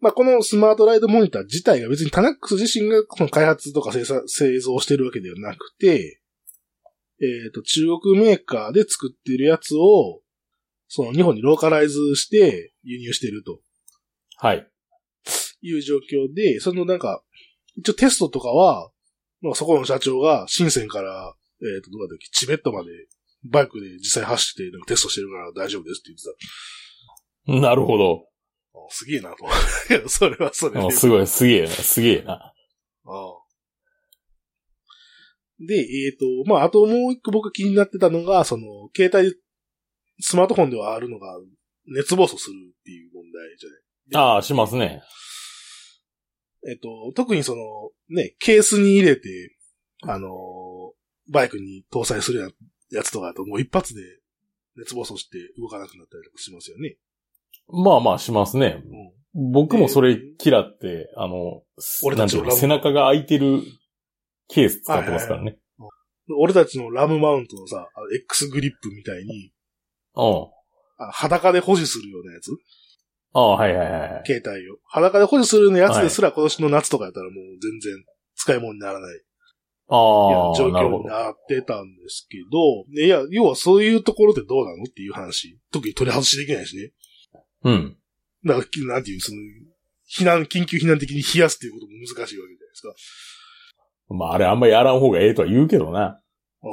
Speaker 2: まあこのスマートライドモニター自体が別にタナックス自身がこの開発とか生産製造してるわけではなくて、えっ、と、中国メーカーで作ってるやつを、その日本にローカライズして輸入してると。
Speaker 1: はい。
Speaker 2: いう状況で、そのなんか、一応テストとかは、まあそこの社長が、深センから、えっ、と、どこだっけ、チベットまで、バイクで実際走って、なんかテストしてるから大丈夫ですって言って
Speaker 1: なるほ ど。
Speaker 2: た。あすげえなと思 ったけど。それはそれで。
Speaker 1: あすごい、すげえな、すげえな。
Speaker 2: あで、えっ、と、まあ、あともう一個僕気になってたのが、その、携帯、スマートフォンではあるのが、熱暴走するっていう問題じゃない
Speaker 1: ああ、しますね。
Speaker 2: えっと、特にその、ね、ケースに入れて、あのーバイクに搭載するややつとかだともう一発で熱暴走して動かなくなったりとかしますよね。
Speaker 1: まあまあ、しますね。
Speaker 2: うん。
Speaker 1: 僕もそれ嫌って、あの、
Speaker 2: 俺
Speaker 1: なん
Speaker 2: た
Speaker 1: て
Speaker 2: ち
Speaker 1: い
Speaker 2: の
Speaker 1: うの背中が空いてるケース使ってますからね。
Speaker 2: 俺たちのラムマウントのさ、あの X グリップみたいに、
Speaker 1: うん。
Speaker 2: あ裸で保持するようなやつ
Speaker 1: ああ、はいはいはいはい。
Speaker 2: 携帯を。裸で保持するようなやつですら今年の夏とかやったらもう全然使い物にならない
Speaker 1: あ
Speaker 2: 状
Speaker 1: あ、なる
Speaker 2: 況
Speaker 1: ほ
Speaker 2: に
Speaker 1: ど。
Speaker 2: なってたんですけど、でいや、要はそういうところってどうなのっていう話。特に取り外しできないしね。
Speaker 1: うん。
Speaker 2: なんか、なんていう、その、避難、緊急避難的に冷やすっていうことも難しいわけじゃないですか。
Speaker 1: まあ、あれあんまやらん方がええとは言うけどな。
Speaker 2: うん。い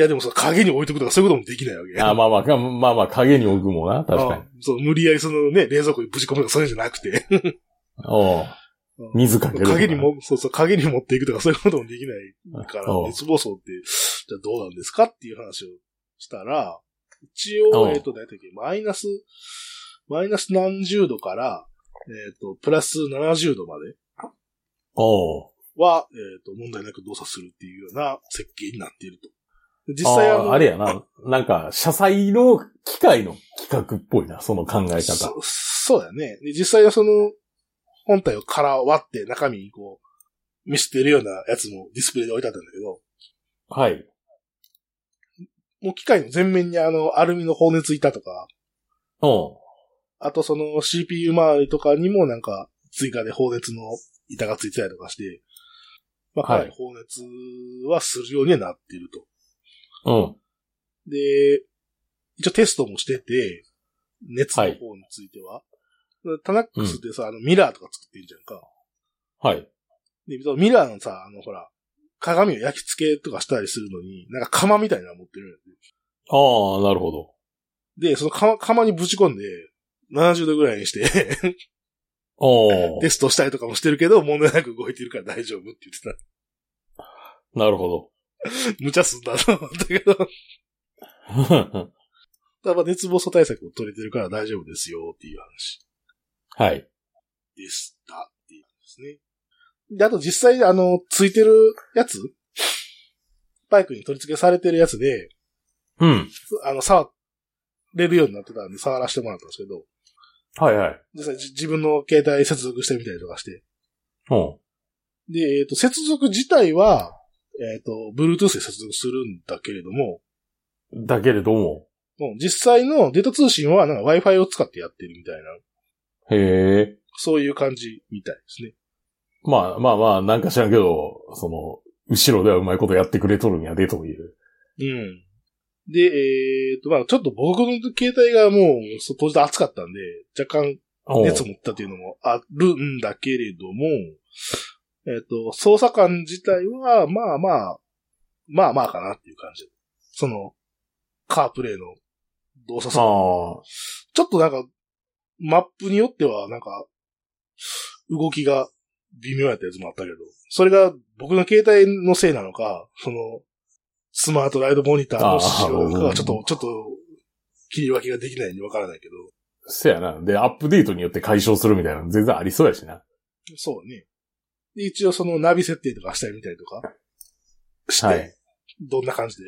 Speaker 2: や、でもさ、影に置いとくとかそういうこともできないわけ。
Speaker 1: ああまあまあ、かまあまあ、影に置くもな、確かに。
Speaker 2: うんそう、無理やりそのね、冷蔵庫にぶち込むとかそういうんじゃなくて。
Speaker 1: おう
Speaker 2: うん
Speaker 1: 水かけるとかな。
Speaker 2: 影にも、そうそう、影に持っていくとかそういうこともできないから
Speaker 1: う、ん
Speaker 2: 熱暴走って、じゃあどうなんですかっていう話をしたら、一応
Speaker 1: う、ん
Speaker 2: えっ、と、だいたいマイナス、マイナス何十度から、えっ、と、プラス70度まで
Speaker 1: おう
Speaker 2: は、えっ、と、問題なく動作するっていうような設計になっていると。で実
Speaker 1: あ
Speaker 2: 際
Speaker 1: あーあれやな。なんか、車載の機械の企画っぽいな、その考え
Speaker 2: そ
Speaker 1: 方。
Speaker 2: そうだね。で実際はその、本体をから割って中身にこう、見せてるようなやつもディスプレイで置いてあったんだけど、
Speaker 1: はい。
Speaker 2: もう機械の前面にあの、アルミの放熱板とか、
Speaker 1: うん。
Speaker 2: あとその CPU 周りとかにもなんか、追加で放熱の板がついてたりとかして、まあ、かなり
Speaker 1: は
Speaker 2: 放熱はするようにはなっていると。
Speaker 1: うん。
Speaker 2: で、一応テストもしてて、熱の方については。タナックスってさ、あの、ミラーとか作ってんじゃんか。
Speaker 1: はい。
Speaker 2: で、そのミラーのさ、あの、ほら、鏡を焼き付けとかしたりするのに、なんか釜みたいなの持ってるんや
Speaker 1: ああ、なるほど。
Speaker 2: で。で、その釜、釜にぶち込んで、70度ぐらいにして、
Speaker 1: おお
Speaker 2: テストしたりとかもしてるけど、問題なく動いてるから大丈夫って言って
Speaker 1: なるほ
Speaker 2: た。 無茶すんだと思ったけど、
Speaker 1: ど。
Speaker 2: ただ熱暴走対策を取れてるから大丈夫ですよっていう話。
Speaker 1: はい。
Speaker 2: でした。っていうことですね。で、あと実際、あの、ついてるやつバイクに取り付けされてるやつで、
Speaker 1: うん。
Speaker 2: あの、触れるようになってたんで、触らせてもらったんですけど、
Speaker 1: はいはい。
Speaker 2: 実際じ自分の携帯接続してみたりとかして。
Speaker 1: うん。
Speaker 2: で、えっ、と、接続自体は、えっ、と、Bluetooth で接続するんだけれども、
Speaker 1: だけれども。
Speaker 2: もう実際のデータ通信はなんか Wi-Fi を使ってやってるみたいな、
Speaker 1: へえ。
Speaker 2: そういう感じみたいですね。
Speaker 1: まあまあまあ、なんか知らんけど、その、後ろではうまいことやってくれとるんやで、という。
Speaker 2: うん。で、えっ、と、まあちょっと僕の携帯がもう、そ当時暑かったんで、若干
Speaker 1: うん
Speaker 2: 熱持ったっていうのもあるんだけれども、えっ、と、捜査官自体は、まあまあ、まあまあかなっていう感じ。その、カープレイの動作
Speaker 1: あ
Speaker 2: さ。ちょっとなんか、マップによっては、なんか、動きが微妙やったやつもあったけど、それが僕の携帯のせいなのか、その、スマートライドモニターの仕様なのか
Speaker 1: あ
Speaker 2: が
Speaker 1: ー
Speaker 2: ちょっと、ちょっと、切り分けができないんでわからないけど、
Speaker 1: せやな。で、アップデートによって解消するみたいなの全然ありそうやしな。
Speaker 2: そうね。で一応そのナビ設定とかしたりみたりとか、して、
Speaker 1: はい
Speaker 2: どんな感じで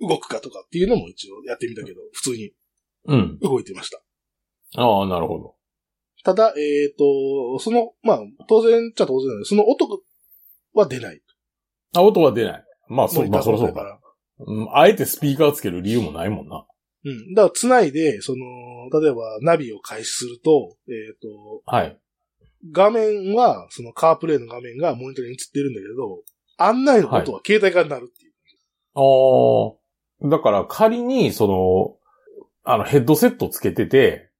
Speaker 2: 動くかとかっていうのも一応やってみたけど、普通に
Speaker 1: うん。
Speaker 2: 動いてました。
Speaker 1: ああ、なるほど。
Speaker 2: ただ、えっ、と、その、まあ、当然っちゃ当然なんで、その音は出ない。
Speaker 1: あ、音は出ない。まあ、そ
Speaker 2: モ
Speaker 1: う、
Speaker 2: ニ
Speaker 1: ま
Speaker 2: ター
Speaker 1: あ、そろそ
Speaker 2: だ
Speaker 1: ろ
Speaker 2: か
Speaker 1: か。
Speaker 2: ら。
Speaker 1: うん、あえてスピーカーつける理由もないもんな。
Speaker 2: うん。だから、つないで、その、例えば、ナビを開始すると、えっ、と、
Speaker 1: はい。
Speaker 2: 画面は、そのカープレイの画面がモニターに映ってるんだけど、案内の音は携帯からなるっていう。
Speaker 1: ああ。だから仮に、その、あの、ヘッドセットつけてて、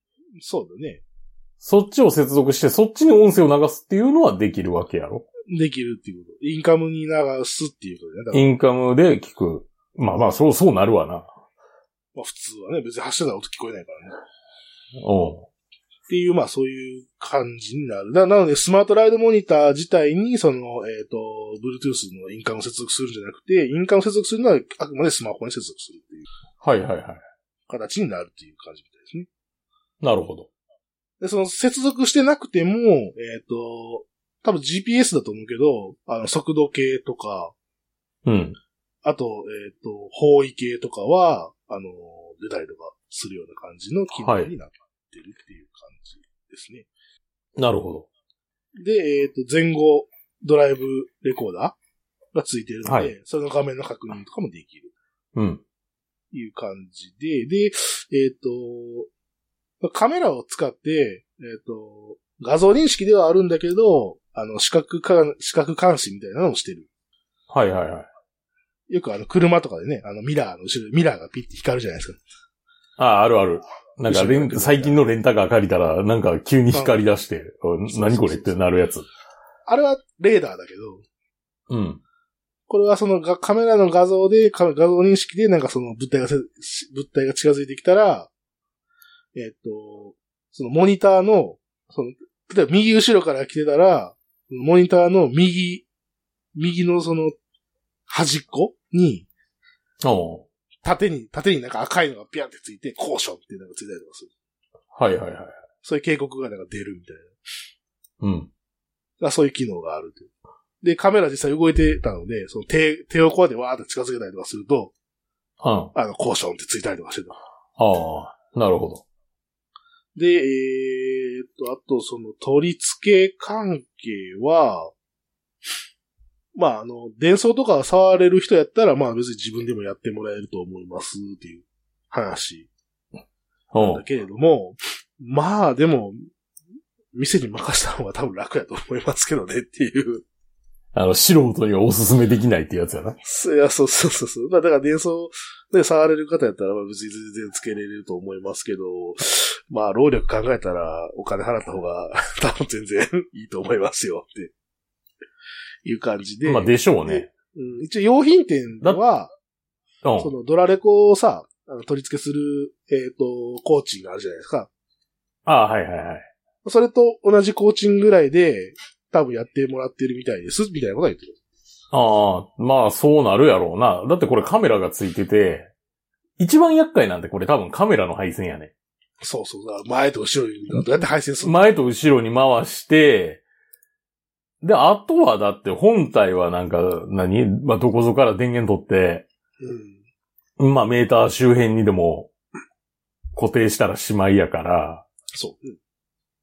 Speaker 2: そうだね。
Speaker 1: そっちを接続して、そっちに音声を流すっていうのはできるわけやろ。
Speaker 2: できるっていうこと。インカムに流すっていうことね。だから
Speaker 1: インカムで聞く。まあまあ、そう、そうなるわな。
Speaker 2: まあ、普通はね、別に走ってたら音聞こえないからね。
Speaker 1: うん。
Speaker 2: っていう、まあそういう感じになる。ななので、スマートライドモニター自体に、その、えっ、と、Bluetooth のインカムを接続するんじゃなくて、インカムを接続するのはあくまでスマホに接続するっていう
Speaker 1: はいはいはい。
Speaker 2: 形になるっていう感じみたいですね。
Speaker 1: なるほど。
Speaker 2: で、その接続してなくても、えっ、と、多分 GPS だと思うけど、あの、速度計とか、
Speaker 1: うん。
Speaker 2: あと、えっ、と、方位計とかは、あの、出たりとかするような感じの機能になってるっていう感じですね。
Speaker 1: なるほど。
Speaker 2: で、えっ、と、前後ドライブレコーダーがついてるので、
Speaker 1: はい
Speaker 2: その画面の確認とかもできる
Speaker 1: うん。
Speaker 2: という感じで、で、えっ、と、カメラを使って、えっ、と、画像認識ではあるんだけど、あの、視覚か、視覚監視みたいなのをしてる。
Speaker 1: はいはいはい。
Speaker 2: よくあの、車とかでね、あの、ミラーの後ろ、ミラーがピッて光るじゃないですか。
Speaker 1: ああ、あるある。なんかレン、最近のレンタカー借りたら、なんか急に光り出して、うん何これってなるやつ。
Speaker 2: あれはレーダーだけど、
Speaker 1: うん。
Speaker 2: これはそのがカメラの画像で、カ画像認識でなんかその物体がせ、し物体が近づいてきたら、えっと、そのモニターの、その、例えば右後ろから来てたら、モニターの右、右のその端っこに、
Speaker 1: おう
Speaker 2: 縦に、縦になんか赤いのがピャンってついて、コーションってなんかついたりとかする。
Speaker 1: はいはいはい。
Speaker 2: そういう警告がなんか出るみたい
Speaker 1: う
Speaker 2: な。
Speaker 1: ん。
Speaker 2: まあそういう機能があるという。で、カメラ実際動いてたので、その手、手をこうやってわーって近づけたりとかすると、
Speaker 1: うん。あ
Speaker 2: あの、コーションってついたりとかしてた。
Speaker 1: あ、なるほど。
Speaker 2: で、えーっと、あと、その、取り付け関係は、まあ、あの、伝送とか触れる人やったら、まあ別に自分でもやってもらえると思いますっていう話
Speaker 1: うん
Speaker 2: だ。けれども、まあでも、店に任せた方が多分楽やと思いますけどねっていう。
Speaker 1: あの、素人にはおすすめできないってやつやな。
Speaker 2: そいや、そうそうそうそう。まあだから伝送で触れる方やったら、まあ別に全然つけれると思いますけど、まあ労力考えたらお金払った方が 多分全然いいと思いますよって。いう感じで。
Speaker 1: まあ、でしょうね。
Speaker 2: うん一応用品店は、
Speaker 1: うん。
Speaker 2: そのドラレコをさ、あの取り付けする、えっ、と、コーチンがあるじゃないですか。
Speaker 1: ああ、はいはいはい。
Speaker 2: それと同じコーチンぐらいで、多分やってもらってるみたいです、みたいなことは言ってる。
Speaker 1: ああ、まあそうなるやろうな。だってこれカメラがついてて、一番厄介なんてこれ多分カメラの配線やね。
Speaker 2: そうそう。だから前と後ろに、どうやって配線するの
Speaker 1: 前と後ろに回して、で、あとはだって本体はなんか何、まあ、どこぞから電源取って、
Speaker 2: うん。
Speaker 1: まあ、メーター周辺にでも固定したらしまいやから、
Speaker 2: そう。うん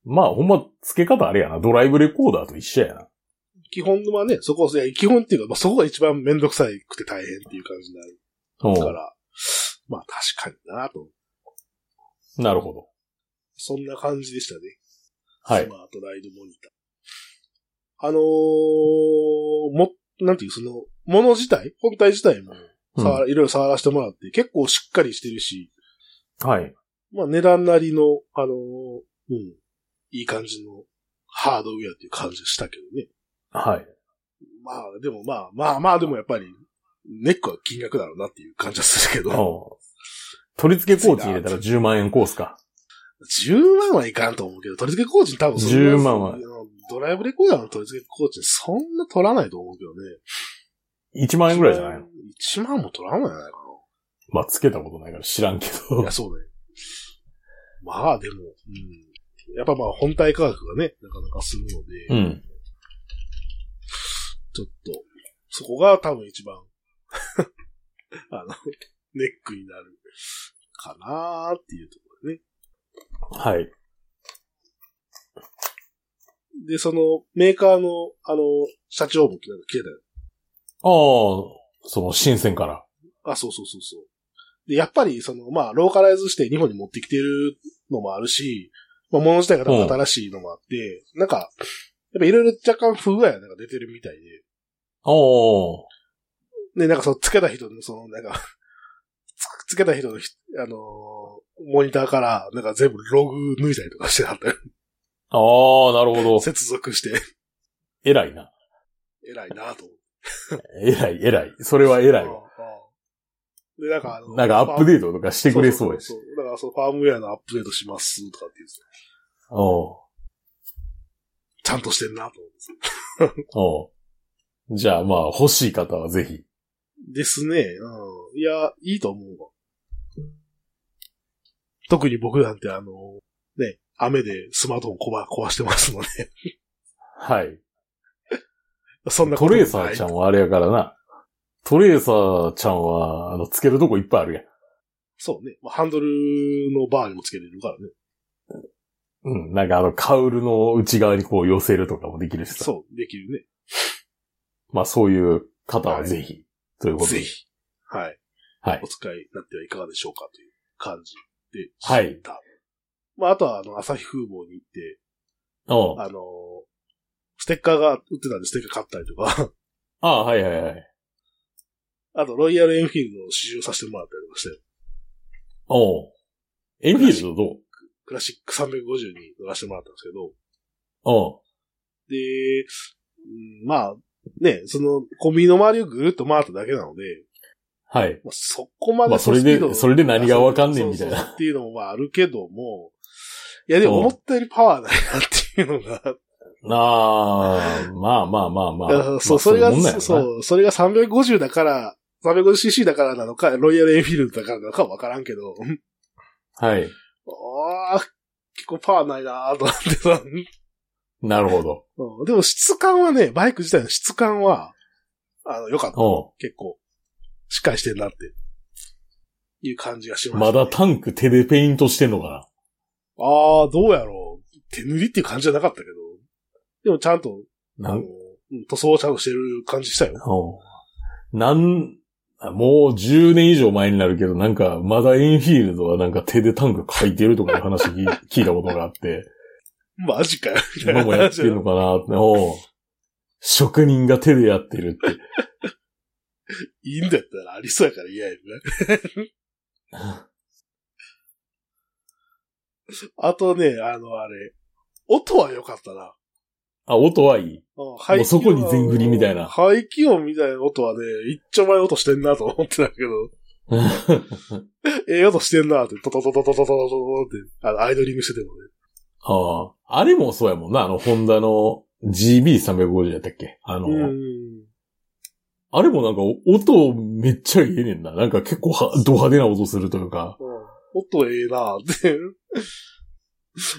Speaker 1: まあ、ほんま付け方あれやな。ドライブレコーダーと一緒やな。
Speaker 2: 基本はね、そこは、いや基本っていうか、まあ、そこが一番めんどくさくて大変っていう感じになる
Speaker 1: う
Speaker 2: から、まあ確かになと。
Speaker 1: ん。なるほど。
Speaker 2: そんな感じでしたね。
Speaker 1: は
Speaker 2: ス
Speaker 1: い。
Speaker 2: マートライドモニター。あのー、も、なんていう、その、もの自体、本体自体も、
Speaker 1: うん
Speaker 2: 触らいろいろ触らせてもらって、結構しっかりしてるし、
Speaker 1: はい。
Speaker 2: まあ値段なりの、あのーうん、いい感じのハードウェアっていう感じでしたけどね。
Speaker 1: はい。
Speaker 2: まあ、でもまあ、まあまあ、でもやっぱり、ネックは金額だろうなっていう感じはするけ
Speaker 1: う
Speaker 2: ど、
Speaker 1: ん。取り付けコーチ入れたら10万円コースか。
Speaker 2: 10万はいかんと思うけど、取り付け工事に多分そんな
Speaker 1: 10万は
Speaker 2: ドライブレコーダーの取り付け工事にそんな取らないと思うけどね。
Speaker 1: 1万円ぐらいじゃないの
Speaker 2: ?1 万も取らないんじゃないか
Speaker 1: まあ、付けたことないから知らんけ
Speaker 2: な。い
Speaker 1: ど
Speaker 2: や、。そうね。まあ、でも、うん。やっぱまあ、本体価格がね、なかなかするので、
Speaker 1: うん。
Speaker 2: ちょっと、そこが多分一番、 あの、ネックになるかなーっていうところでね。
Speaker 1: はい。
Speaker 2: で、その、メーカーの、あの、社長もなんか来てたよ。
Speaker 1: ああ、その、新鮮から。
Speaker 2: あ、そうそうそうそう。で、やっぱり、その、まあ、ローカライズして日本に持ってきてるのもあるし、まあ、物自体が多分新しいのもあって、なんか、やっぱいろいろ若干不具合がなんか出てるみたい
Speaker 1: ああ、
Speaker 2: で、で、なんかその、つけた人の、その、なんかつ、つけた人のひ、あのーモニターから、なんか全部ログ抜いたりとかしてあったよ。
Speaker 1: ああ、なるほど。
Speaker 2: 接続して、
Speaker 1: 偉いな。
Speaker 2: 偉いなと思って。
Speaker 1: 偉い、偉い。それは偉いわ。
Speaker 2: うんで、なんかあの、
Speaker 1: なんかアップデートとかしてくれそうやし
Speaker 2: そ。うそうそうだから、そのファームウェアのアップデートしますとかって言ってた、
Speaker 1: おう
Speaker 2: ちゃんとしてんなと思って。
Speaker 1: おうじゃあまあ、欲しい方はぜひ。
Speaker 2: ですね。うん。いや、いいと思うわ。特に僕なんてあの、ね、雨でスマートフォンこば壊してますので、
Speaker 1: はい。
Speaker 2: そんなこ
Speaker 1: ト
Speaker 2: と
Speaker 1: レーサーちゃんはあれやからな。トレーサーちゃんは、あの、つけるとこいっぱいあるやん。
Speaker 2: そうね。まあハンドルのバーにもつけれるからね。
Speaker 1: うん。なんかあの、カウルの内側にこう寄せるとかもできるしさ。
Speaker 2: そう、できるね。
Speaker 1: まあそういう方はぜひ、ということで。
Speaker 2: ぜひ。はい。
Speaker 1: はい
Speaker 2: お。使いになってはいかがでしょうかという感じでした。
Speaker 1: はい。
Speaker 2: まあ、あとは、あの、朝日風貌に行って、
Speaker 1: おう
Speaker 2: あの、ステッカーが売ってたんで、ステッカー買ったりとか、
Speaker 1: ああ、はいはいはい。
Speaker 2: あと、ロイヤルエンフィールドを試乗させてもらったりとかして、
Speaker 1: おうエンフィールドどう
Speaker 2: クラシック350に乗らせてもらったんですけど、
Speaker 1: おう
Speaker 2: で、うんまあ、ね、その、コンビニの周りをぐるっと回っただけなので、
Speaker 1: はい。
Speaker 2: まあ、そこまで
Speaker 1: まあそれで
Speaker 2: スピード
Speaker 1: それで何がわかんねんみたいな
Speaker 2: そうそうそうっていうのもまああるけども、いやでも思ったよりパワーないなっていうのがあって、
Speaker 1: ああ、まあまあまあまあ。まあ
Speaker 2: そう、それが、
Speaker 1: ういうもんなんやろな
Speaker 2: そう、それが350だから、350cc だからなのか、ロイヤルエンフィールドだからなのかわからんけど、
Speaker 1: はい。
Speaker 2: ああ、結構パワーないなーと思ってさ、
Speaker 1: なるほど。
Speaker 2: うんでも質感はね、バイク自体の質感は、あの、良かった。
Speaker 1: お
Speaker 2: 結構、しっかりしてんなって、いう感じがし
Speaker 1: う
Speaker 2: ま
Speaker 1: ま
Speaker 2: した、
Speaker 1: だタンク手でペイントしてんのか
Speaker 2: ああ、どうやろう。手塗りっていう感じじゃなかったけど。でもちゃんと、
Speaker 1: な
Speaker 2: あ
Speaker 1: なん、、
Speaker 2: のうん塗装をちゃんとしてる感じしたよ。
Speaker 1: おうなん、あもう10年以上前になるけど、なんか、まだエンフィールドはなんか手でタンク書いてるとかいう話聞い 聞いたことがあって、
Speaker 2: マジかよ。みたい
Speaker 1: 今
Speaker 2: な
Speaker 1: もやってるのかなって、おう職人が手でやってるって。
Speaker 2: いいんだったらありそうやから嫌やね。あとね、あの、あれ、音は良かったな。
Speaker 1: あ、音はいい。
Speaker 2: うん排気
Speaker 1: も
Speaker 2: 音
Speaker 1: うそこに全振りみたいな
Speaker 2: 排気音みたいな音はね、一丁前の音してんなと思ってたけ ど、ええ音してんなって、トトトトトトトトトって、あの、アイドリングしててもね。
Speaker 1: ああ。あれもそうやもんな、あの、ホンダの GB350 やったっけあの、
Speaker 2: うん。
Speaker 1: あれもなんか音めっちゃええねんな。なんか結構はド派手な音するというか。
Speaker 2: うん音ええな って。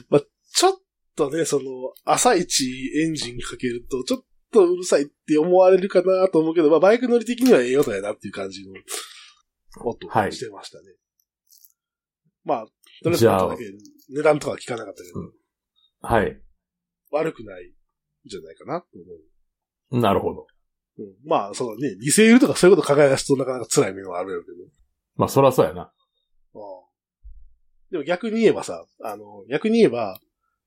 Speaker 2: まあ、ちょっとね、その、朝一エンジンかけると、ちょっとうるさいって思われるかなと思うけど、まあ、バイク乗り的にはええ音やなっていう感じの音を
Speaker 1: はい
Speaker 2: してましたね。まあ、どれ
Speaker 1: じゃあ
Speaker 2: だけ値段とかは聞かなかったけど、
Speaker 1: はい。
Speaker 2: 悪くないんじゃないかなと思う。
Speaker 1: なるほど。
Speaker 2: うん、まあ、そうだね、2セールとかそういうこと考え出すとなかなか辛い面はあるやろうけど。
Speaker 1: まあ、そらそうやな。
Speaker 2: ああでも逆に言えばさ、あの、逆に言えば、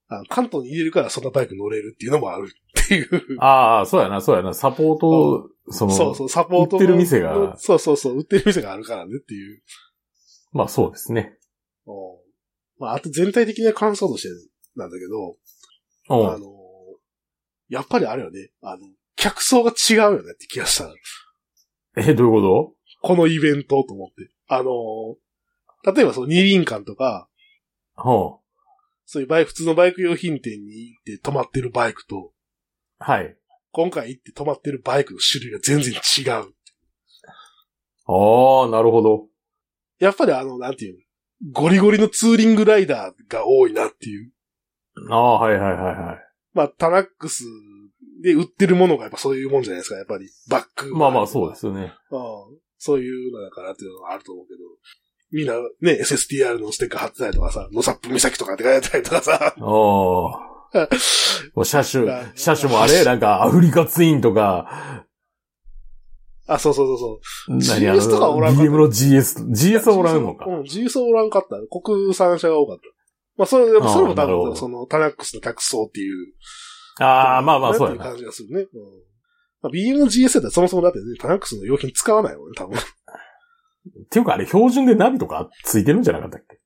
Speaker 2: あの関東に入れるからそんなバイク乗れるっていうのもあるっていう。
Speaker 1: ああ、そうやな、そうやな。サポート、その、
Speaker 2: そうそう、サポートの。
Speaker 1: 売ってる店が
Speaker 2: そうそうそう、売ってる店があるからねっていう。
Speaker 1: まあそうですね。
Speaker 2: うんまあ、あと全体的な感想としてなんだけ
Speaker 1: う
Speaker 2: ど、あの、やっぱりあれよね、あの、客層が違うよねって気がした。
Speaker 1: ん。え、どういうこ
Speaker 2: このイベントと思って。あの、例えばその二輪館とか、
Speaker 1: とほ
Speaker 2: そういうバイク、普通のバイク用品店に行って泊まってるバイクと、
Speaker 1: う。はい。
Speaker 2: 今回行って止まってるバイクの種類が全然違う。
Speaker 1: ああ、なるほど。
Speaker 2: やっぱりあの、なんていうの、ゴリゴリのツーリングライダーが多いなっていう。
Speaker 1: ああ、はいはいはいはい。
Speaker 2: まあ、タナックスで売ってるものがやっぱそういうもんじゃないですか、やっぱり。バック。。
Speaker 1: まあまあそうですすよね。
Speaker 2: うん。そういうのだからっていうのがあると思うけど。みんなね、SSTR のステッカー貼ってたりとかさ、ノサップ岬とかって書いてたりとかさ。
Speaker 1: ああ。もう車種
Speaker 2: あ、
Speaker 1: 車種もあれなんかアフリカツインとか、
Speaker 2: あ、そうそうそうそう。
Speaker 1: 何あ
Speaker 2: GS とかおらんかった
Speaker 1: DM の GS、GS はおらんのか
Speaker 2: う。ん、GS はおらんかった。国産車が多かった。まあ、それ、やっぱそれも
Speaker 1: あーな
Speaker 2: 多
Speaker 1: るほど
Speaker 2: 分、その、タナックスの客層っていう
Speaker 1: ああ、まあまあそうや
Speaker 2: ってい
Speaker 1: な。
Speaker 2: 感じがするね。うんまあ、BM の GS だったらそもそもだってね、タナックスの用品使わないもんね、多分。
Speaker 1: っていうかあれ標準でナビとかついてるんじゃなかったっけ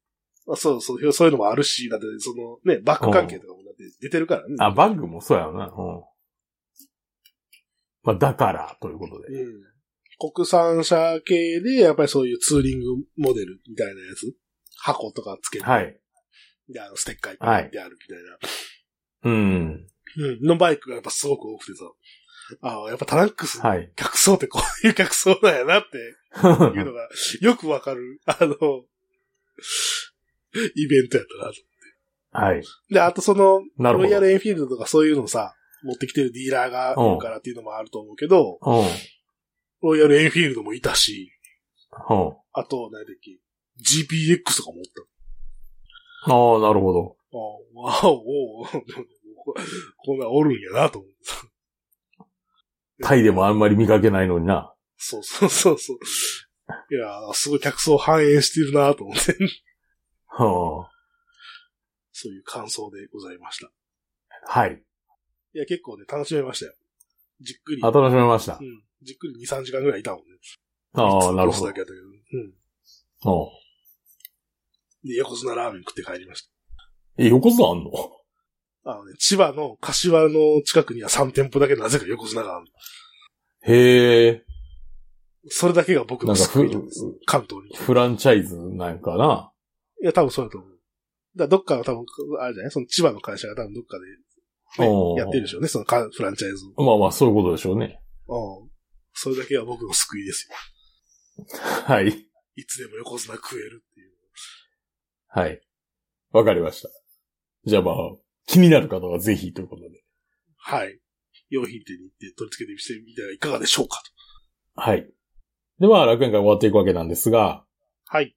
Speaker 2: まあそうそう、そういうのもあるし、だってそのね、バック関係とかもだって出てるからね。
Speaker 1: あ、バッグもそうやろな。うん。まあだから、ということで。
Speaker 2: うん。国産車系で、やっぱりそういうツーリングモデルみたいなやつ。箱とかつけて、
Speaker 1: はい。
Speaker 2: で、あの、ステッカーいっ
Speaker 1: は
Speaker 2: ぱい
Speaker 1: い
Speaker 2: 貼ってあるみたい
Speaker 1: う
Speaker 2: な。
Speaker 1: ん。
Speaker 2: うん。のバイクがやっぱすごく多くてさ。ああ、やっぱタナックス、
Speaker 1: はい。
Speaker 2: 客層ってこういう客層なんやなっていうのが、よくわかる、あの、イベントやったな と。
Speaker 1: はい。
Speaker 2: で、あとその、
Speaker 1: なる
Speaker 2: ロ
Speaker 1: ほ
Speaker 2: イヤ
Speaker 1: ど。
Speaker 2: ルエンフィールドとかそういうのをさ、持ってきてるディーラーがいるからっていうのもあると思うけど、
Speaker 1: うん。
Speaker 2: ロイヤルエンフィールドもいたし、
Speaker 1: うん。
Speaker 2: あと、何だっけ、GPX とかもおった。
Speaker 1: ああ、なるほど。
Speaker 2: ああ、わおおうこんなんおるんやなと思ってさ。
Speaker 1: タイでもあんまり見かけないのにな。
Speaker 2: そうそうそうそう。いやー、すごい客層を反映してるなと思って、
Speaker 1: はあ
Speaker 2: そういう感想でございました。
Speaker 1: はい。
Speaker 2: いや、結構ね、楽しめましたよ。じっくり。
Speaker 1: あ、楽しめました
Speaker 2: う。ん。じっくり2、3時間ぐらいいたもんね。
Speaker 1: ああ、なる
Speaker 2: コース
Speaker 1: ほ
Speaker 2: だけやったけど。うん。
Speaker 1: ど。
Speaker 2: で、横綱ラーメン食って帰りまし
Speaker 1: うん。え、横綱あんの
Speaker 2: た。あのね、千葉の柏の近くには3店舗だけなぜか横綱があるの。
Speaker 1: へえ、
Speaker 2: それだけが僕
Speaker 1: な
Speaker 2: の
Speaker 1: んかふ
Speaker 2: 救いなんです。関東に。い
Speaker 1: フランチャイズなんかな。
Speaker 2: や、多分そうだと思う。だからどっかの多分、あれじゃないその千葉の会社が多分どっかで、ね
Speaker 1: おー
Speaker 2: やってるでしょうね。そのかフランチャイズ
Speaker 1: まあまあ、そういうことでしょうね。
Speaker 2: を。うん。それだけが僕の救いですよ。
Speaker 1: はい。
Speaker 2: いつでも横綱食えるっていう。
Speaker 1: はい。わかりました。じゃあまあ、気になる方はぜひということで。
Speaker 2: はい。用品店に行って取り付けてみてみてはいかがでしょうかと。
Speaker 1: はい。では、楽園会終わっていくわけなんですが、
Speaker 2: はい。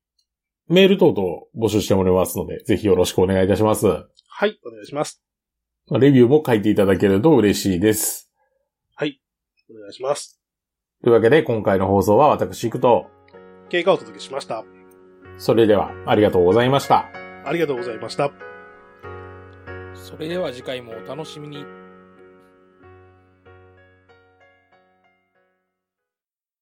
Speaker 1: メール等々募集しておりますので、ぜひよろしくお願いいたします。
Speaker 2: はい、お願いします。
Speaker 1: まあレビューも書いていただけると嬉しいです。
Speaker 2: お願いします。
Speaker 1: というわけで、今回の放送は私行くと、
Speaker 2: 経過をお届けしました。
Speaker 1: それでは、ありがとうございました。
Speaker 2: ありがとうございました。
Speaker 3: それでは次回もお楽しみに。